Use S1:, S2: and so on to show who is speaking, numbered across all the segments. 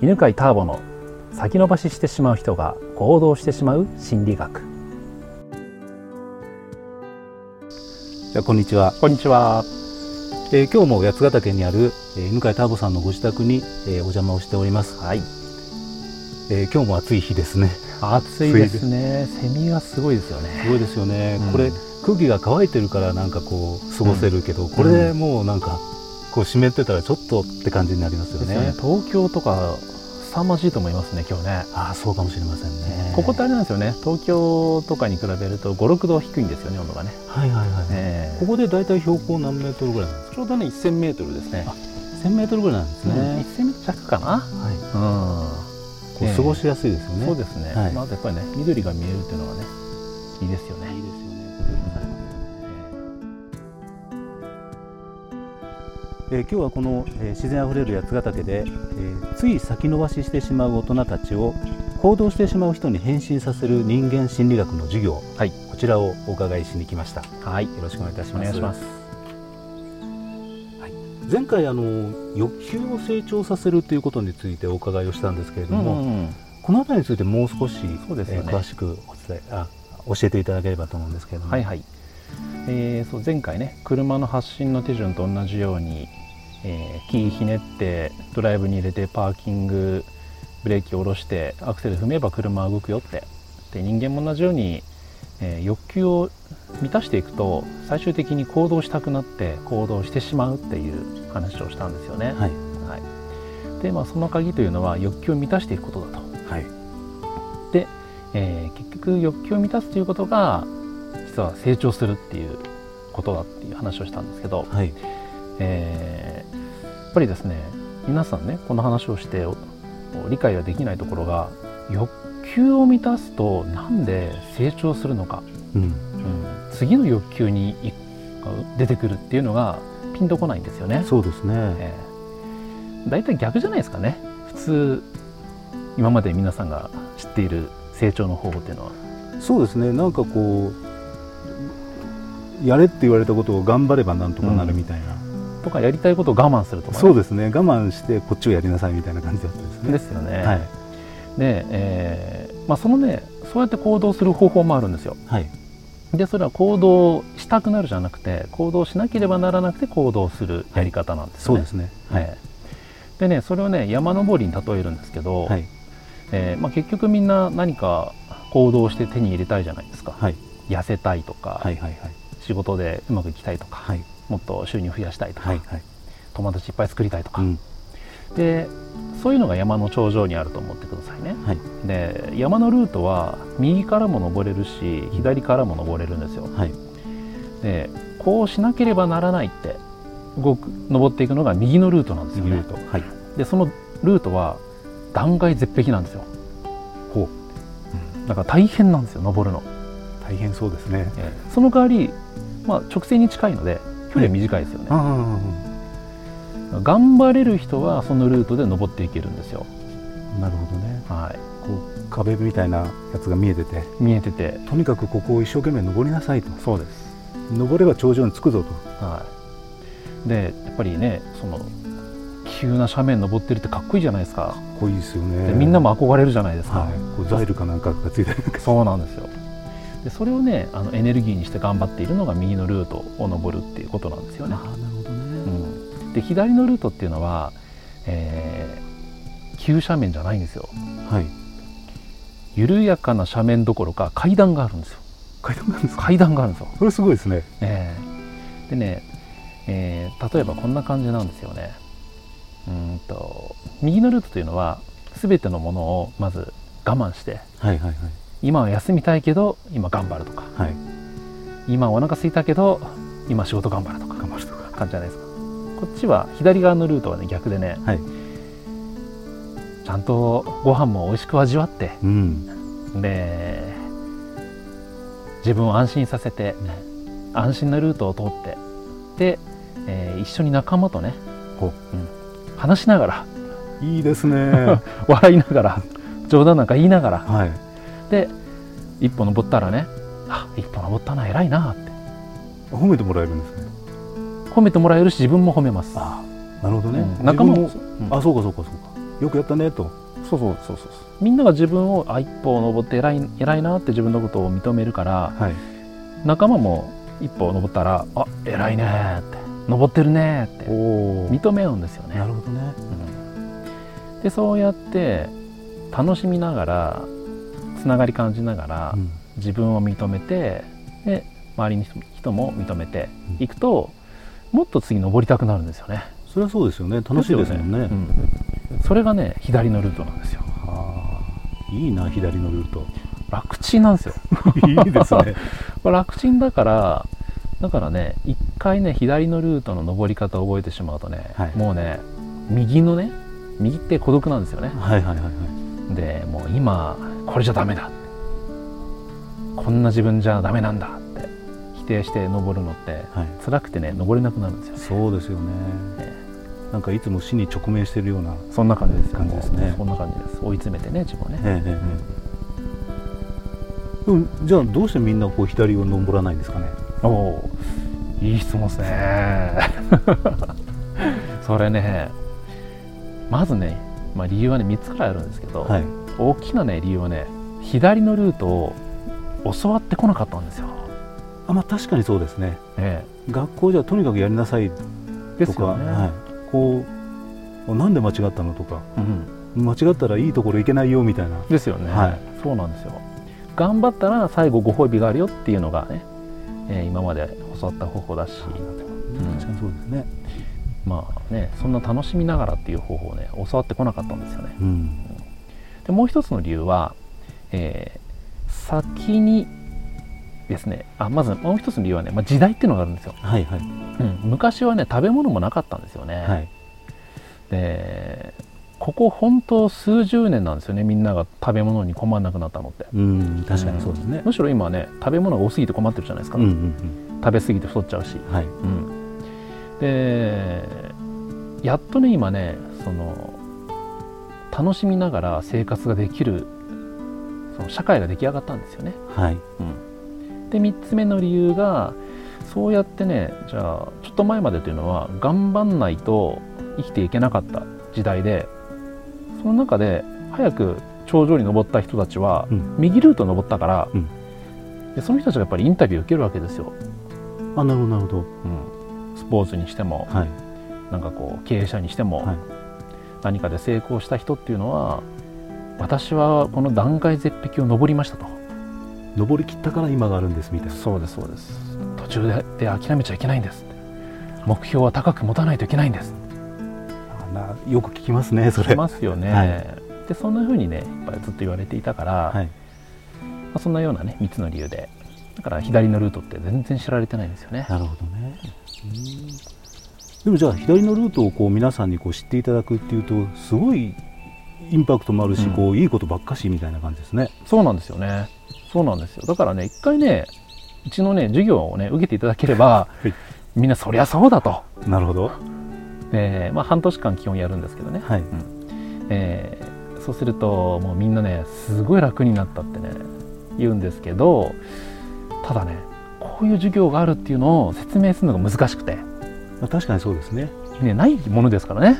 S1: 犬飼ターボの先延ばししてしまう人が行動してしまう心理学じゃあこんにちは、
S2: こんにちは。
S1: えー今日も八ヶ岳にある、えー犬飼ターボさんのご自宅に、えーお邪魔をしております、
S2: はい。
S1: えー今日も暑い日ですね暑い
S2: い
S1: で
S2: ですす
S1: ねセミがすごいですよねすごいですよね、
S2: うん
S1: これ空気が乾いてるからなんかこう過ごせるけど、これでもうなんかこう湿ってたらちょっとって感じになりますよね
S2: 東京とか凄まじいと思いますね、今日ね。
S1: ああそうかもしれませんね
S2: ここってあれなんですよね、東京とかに比べると5、6度低いんですよね、温度がね。
S1: はいはいはい、
S2: え
S1: ここで大体標高何メートルぐらいなんですか
S2: ちょうどね、1000メートルですね。
S1: 1000メートルぐらいなんです
S2: ね
S1: ね、
S2: 1000メートル弱かな。
S1: はい、
S2: う
S1: こ
S2: え
S1: う
S2: え
S1: 過ごしやすいですよね、
S2: ん。そうですね。
S1: はい
S2: まずやっぱりね、緑が見えるっていうのはね、いいですよね。
S1: いいですよねえー今日はこの、えー自然あふれる八ヶ岳で、えーつい先延ばししてしまう大人たちを行動してしまう人に変身させる人間心理学の授業、
S2: はい
S1: こちらをお伺いしに来ましたよ
S2: はい。
S1: ろしくお願いいたし
S2: お
S1: ます
S2: 願いします。
S1: 前回あの欲求を成長させるということについてお伺いをしたんですけれど
S2: うん
S1: も、
S2: うんうん
S1: この辺りについてもう少し、
S2: そうです
S1: え
S2: よ
S1: ー
S2: ね
S1: 詳しくお伝えあ教えていただければと思うんですけれども、
S2: はいはい、えーそう前回ね車の発進の手順と同じように、えーキーひねってドライブに入れてパーキングブレーキを下ろしてアクセル踏めば車は動くよってで人間も同じように、えー欲求を満たしていくと最終的に行動したくなって行動してしまうっていう話をしたんですよね。
S1: はい
S2: はい、で、まあ、その鍵というのは欲求を満たしていくことだと。
S1: はい
S2: えー結局欲求を満たすということが実は成長するっていうことだっていう話をしたんですけど、
S1: はい
S2: えーやっぱりですね皆さんねこの話をしてお理解ができないところが欲求を満たすとなんで成長するのか、
S1: うん
S2: うん次の欲求にい出てくるっていうのがピンとこないんですよね。
S1: そうですね、
S2: えー大体逆じゃないですかね普通今まで皆さんが知っている成長の方法っていうのは。
S1: そうですねなんかこうやれって言われたことを頑張ればなんとかなるみたいな、
S2: とかやりたいことを我慢するとかね、
S1: そうですね我慢してこっちをやりなさいみたいな感じだったんですね
S2: ですよね。
S1: はい
S2: で、えーまあ、そのねそうやって行動する方法もあるんですよ。
S1: はい
S2: でそれは行動したくなるじゃなくて行動しなければならなくて行動するやり方なんです
S1: そ
S2: よ
S1: う
S2: ね。
S1: ですね
S2: はいでねそれをね山登りに例えるんですけど、
S1: はい
S2: えーまあ、結局みんな何か行動して手に入れたいじゃないですか、
S1: はい
S2: 痩せたいとか、
S1: はいはいはい
S2: 仕事でうまくいきたいとか、
S1: はい
S2: もっと収入増やしたいとか、
S1: はいはい
S2: 友達いっぱい作りたいとか、
S1: うん
S2: でそういうのが山の頂上にあると思ってくださいね
S1: はい
S2: で山のルートは右からも登れるし左からも登れるんですよ
S1: はい
S2: でこうしなければならないって動く登っていくのが右のルートなんですよ
S1: 右ル
S2: ね
S1: ートはい
S2: でそのルートは断崖絶壁なんですよ
S1: ほ
S2: だから大変なんですよ登るの、
S1: 大変そうですね
S2: その代わり、まあ、直線に近いので距離は短いですよね、
S1: あ
S2: 頑張れる人はそのルートで登っていけるんですよ
S1: あなるほどね
S2: はい
S1: こう壁みたいなやつが見えてて
S2: 見えてて
S1: とにかくここを一生懸命登りなさいと
S2: そうです
S1: 登れば頂上に着くぞと
S2: はい、でやっぱりねその急な斜面登ってるってかっこいいじゃないですか、
S1: こういいですよね
S2: でみんなも憧れるじゃないですか、
S1: はいこうザイルかなんかがついてる
S2: そうなんですよでそれをねあのエネルギーにして頑張っているのが右のルートを登るっていうことなんですよね、
S1: なるほど
S2: う
S1: ね
S2: ん、で左のルートっていうのは、えー急斜面じゃないんですよ
S1: はい
S2: 緩やかな斜面どころか階段があるんですよ
S1: 階段なんですか
S2: 階段があるんですよ、
S1: それすごいですね
S2: ええでね、えー例えばこんな感じなんですよねうーんと右のルートというのは全てのものをまず我慢して
S1: はいはい
S2: 今は休みたいけど今頑張るとか
S1: はいはい
S2: 今お腹空いたけど今仕事頑張るとか
S1: 頑張るとか
S2: 感じじゃないですかこっちは左側のルートはね逆でね、
S1: はい
S2: ちゃんとご飯も美味しく味わって
S1: うん
S2: で自分を安心させて安心なルートを通ってで、えー一緒に仲間とね
S1: こ
S2: うん話しながら
S1: ういいですねは
S2: 笑いながら冗談なんか言いながら
S1: い
S2: で一歩登ったらねあ一歩登ったな偉いなって
S1: 褒めてもらえるんですね
S2: 褒めてもらえるし自分も褒めます
S1: ああなるほど
S2: ね
S1: 仲間も
S2: 自分もうん
S1: あそうかそうかそうかよくやったねと
S2: そうそうそうそうみんなが自分をあ一歩登って偉い偉いなって自分のことを認めるから
S1: はい
S2: 仲間も一歩登ったらあ偉いねーって登ってるねーって
S1: おー
S2: 認め合うんですよね
S1: なるほどね
S2: でそうやって楽しみながらつながり感じながら、
S1: うん
S2: 自分を認めてで周りの人人も認めて
S1: うん
S2: いくと、もっと次登りたくなるんですよね
S1: それはそうですよね楽しいですもんね
S2: ようんそれがね左のルートなんですよ
S1: あーいいな左のルート
S2: 楽ちんなんですよ
S1: いいですね
S2: これ楽ちんだからだからね一回ね左のルートの登り方を覚えてしまうとね、
S1: はい
S2: もうね右のね右って孤独なんですよね
S1: はいはいはいはい
S2: でもう今これじゃダメだこんな自分じゃダメなんだって否定して登るのって
S1: はい
S2: 辛くてね登れなくなるんですよ
S1: そうですよね
S2: え
S1: なんかいつも死に直面してるような
S2: そんな感じですよ
S1: 感じですね
S2: もうそんな感じです追い詰めてね自分をね
S1: ええええでもじゃあどうしてみんなこう左を登らないんですかね
S2: おおーいい質問ですね それねまずね、まあ、理由はね3つくらいあるんですけど、
S1: はい
S2: 大きなね理由はね左のルートを教わってこなかったんですよ、
S1: あまあ確かにそうですね
S2: え
S1: 学校じゃとにかくやりなさい
S2: えで
S1: と
S2: す
S1: か、
S2: よね、
S1: はい、こうあなんで間違ったのとか
S2: うん、
S1: 間違ったらいいところ行けないよみたいな
S2: ですよね、
S1: はい
S2: そうなんですよ頑張ったら最後ご褒美があるよっていうのがね、えー今まで教わった方法だし、ん
S1: 確かにそうですね、
S2: まあねそんな楽しみながらっていう方法をね教わってこなかったんですよね
S1: うん、
S2: でもう一つの理由は、えー先にですねあまずもう一つの理由はね、まあ、時代っていうのがあるんですよ、
S1: はいはい
S2: うん昔はね食べ物もなかったんですよね、
S1: はい
S2: でここ本当数十年なんですよねみんなが食べ物に困んなくなったのって
S1: うん確かにそうですね
S2: むしろ今はね食べ物が多すぎて困ってるじゃないですか、
S1: うんうん
S2: 食べ過ぎて太っちゃうし、
S1: うんはい
S2: うん、でやっとね今ねその楽しみながら生活ができるその社会が出来上がったんですよね。
S1: はい
S2: で3つ目の理由がそうやってねじゃあちょっと前までというのは頑張んないと生きていけなかった時代でその中で早く頂上に登った人たちは
S1: うん
S2: 右ルートを登ったから、
S1: うん
S2: でその人たちがやっぱりインタビュー受けるわけですよ、
S1: あなるほどなるほど
S2: スポーツにしても
S1: はい
S2: なんかこう経営者にしても、
S1: はい
S2: 何かで成功した人っていうのは私はこの断崖絶壁を登りましたと
S1: 登りきったから今があるんですみたいな
S2: そうですそうです途中でで諦めちゃいけないんですって目標は高く持たないといけないんです
S1: あなよく聞きますねそ
S2: い
S1: れ
S2: ますよね、
S1: は
S2: でそんな風にねやっぱりずっと言われていたから、
S1: はい
S2: まあそんなようなね3つの理由でだから左のルートって全然知られてないんですよね、
S1: なるほどねうんでもじゃあ左のルートをこう皆さんにこう知っていただくっていうとすごいインパクトもあるし、
S2: うん
S1: こういいことばっかしみたいな感じですね
S2: そうなんですよねそうなんですよだからね一回ねうちのね授業をね受けていただければ、
S1: はい
S2: みんなそりゃそうだと、
S1: なるほど
S2: えーまあ、半年間基本やるんですけどね、
S1: はい
S2: えーそうするともうみんなねすごい楽になったってね言うんですけどただねこういう授業があるっていうのを説明するのが難しくて、
S1: まあ確かにそうですね
S2: ね、ないものですからね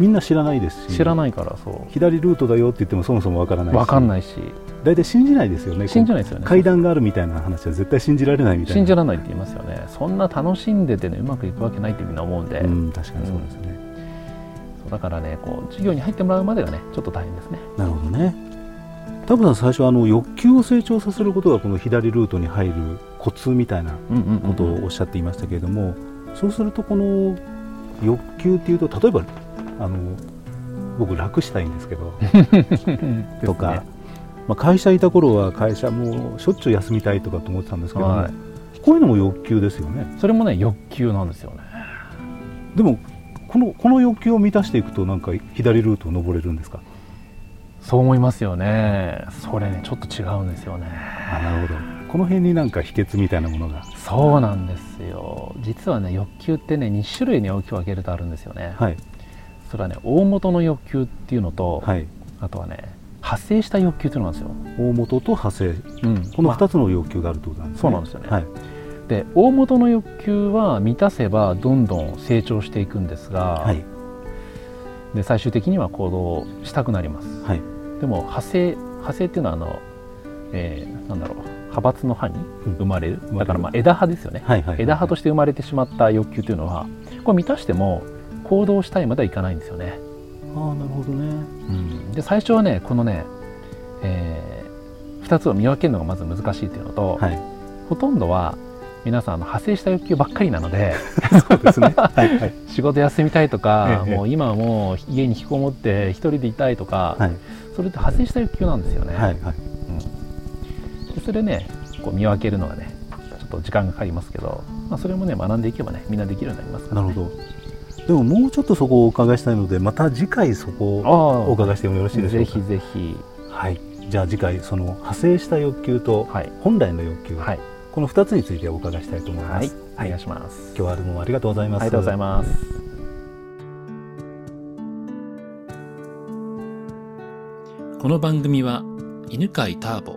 S1: みんな知らないですし
S2: 知らないからそう
S1: 左ルートだよって言ってもそもそもわからないし
S2: 分かん
S1: い
S2: ないし
S1: 大体信じないですよね
S2: 信じないですよね
S1: 階段があるみたいな話は絶対信じられないみたいな
S2: 信じられないって言いますよねそんな楽しんでてねうまくいくわけないってみんな思うんで、
S1: うん確かにそうですね、
S2: そうだからねこう授業に入ってもらうまでがねちょっと大変ですね
S1: なるほどね田村さん最初はあの欲求を成長させることがこの左ルートに入るコツみたいな
S2: うんうん
S1: ことをおっしゃっていましたけれども、そうするとこの欲求っていうと例えばあの僕楽したいんですけ どとか、まあ、会社いた頃は会社もうしょっちゅう休みたいとかと思ってたんですけども、
S2: は
S1: こういうのも欲求ですよね
S2: い、それもね欲求なんですよね
S1: でもこのこの欲求を満たしていくとなんか左ルートを登れるんですか
S2: そう思いますよねそれねちょっと違うんですよね
S1: あなるほどこの辺になんか秘訣みたいなものが
S2: そうなんですよ実はね欲求ってね2種類に大きく分けるとあるんですよね、
S1: はい
S2: それはね大元の欲求っていうのと、
S1: はい
S2: あとはね派生した欲求っていうのなんです
S1: 大元と派生
S2: よ、うん
S1: この
S2: ま
S1: 2つの欲求があるってことなんで
S2: あ
S1: す
S2: そ
S1: ね、
S2: うなんですよね、
S1: はい
S2: で大元の欲求は満たせばどんどん成長していくんですが、
S1: はい
S2: で最終的には行動したくなります
S1: はい
S2: でも派生派生っていうのはあの、えーなんだろう派閥の派に
S1: うん
S2: 生まれる、
S1: まれる
S2: だからまあ枝派ですよね、
S1: はいはいはい
S2: 枝派として生まれてしまった欲求というのはこれ満たしても行動したいまではいかないんですよね、
S1: ああなるほどね
S2: で最初はねこのね、え2つを見分けるのがまず難しいというのと、
S1: はい
S2: ほとんどは皆さんあの派生した欲求ばっかりなので
S1: そうですね はいはい
S2: 仕事休みたいとか、
S1: ええ
S2: もう今はもう家に引きこもって一人でいたいとか、
S1: はい
S2: それって派生した欲求なんですよね、
S1: はいはい
S2: でそれねこう見分けるのがねちょっと時間がかかりますけど、まあ、それもね学んでいけばねみんなできるようになりますから、
S1: な
S2: ね、
S1: るほどでももうちょっとそこをお伺いしたいのでまた次回そこをお
S2: ほあ
S1: 伺いしてもよろしい
S2: あ
S1: でしょ
S2: ぜ
S1: うか
S2: ひぜひ
S1: はいじゃあ次回その派生した欲求と
S2: はい
S1: 本来の欲求、
S2: はい、
S1: この2つについてお伺いしたいと思いま
S2: はい
S1: す、、
S2: お願いします、
S1: 今日はどうもありがとうございます
S2: ありがとうございます、
S3: この番組は犬飼ターボ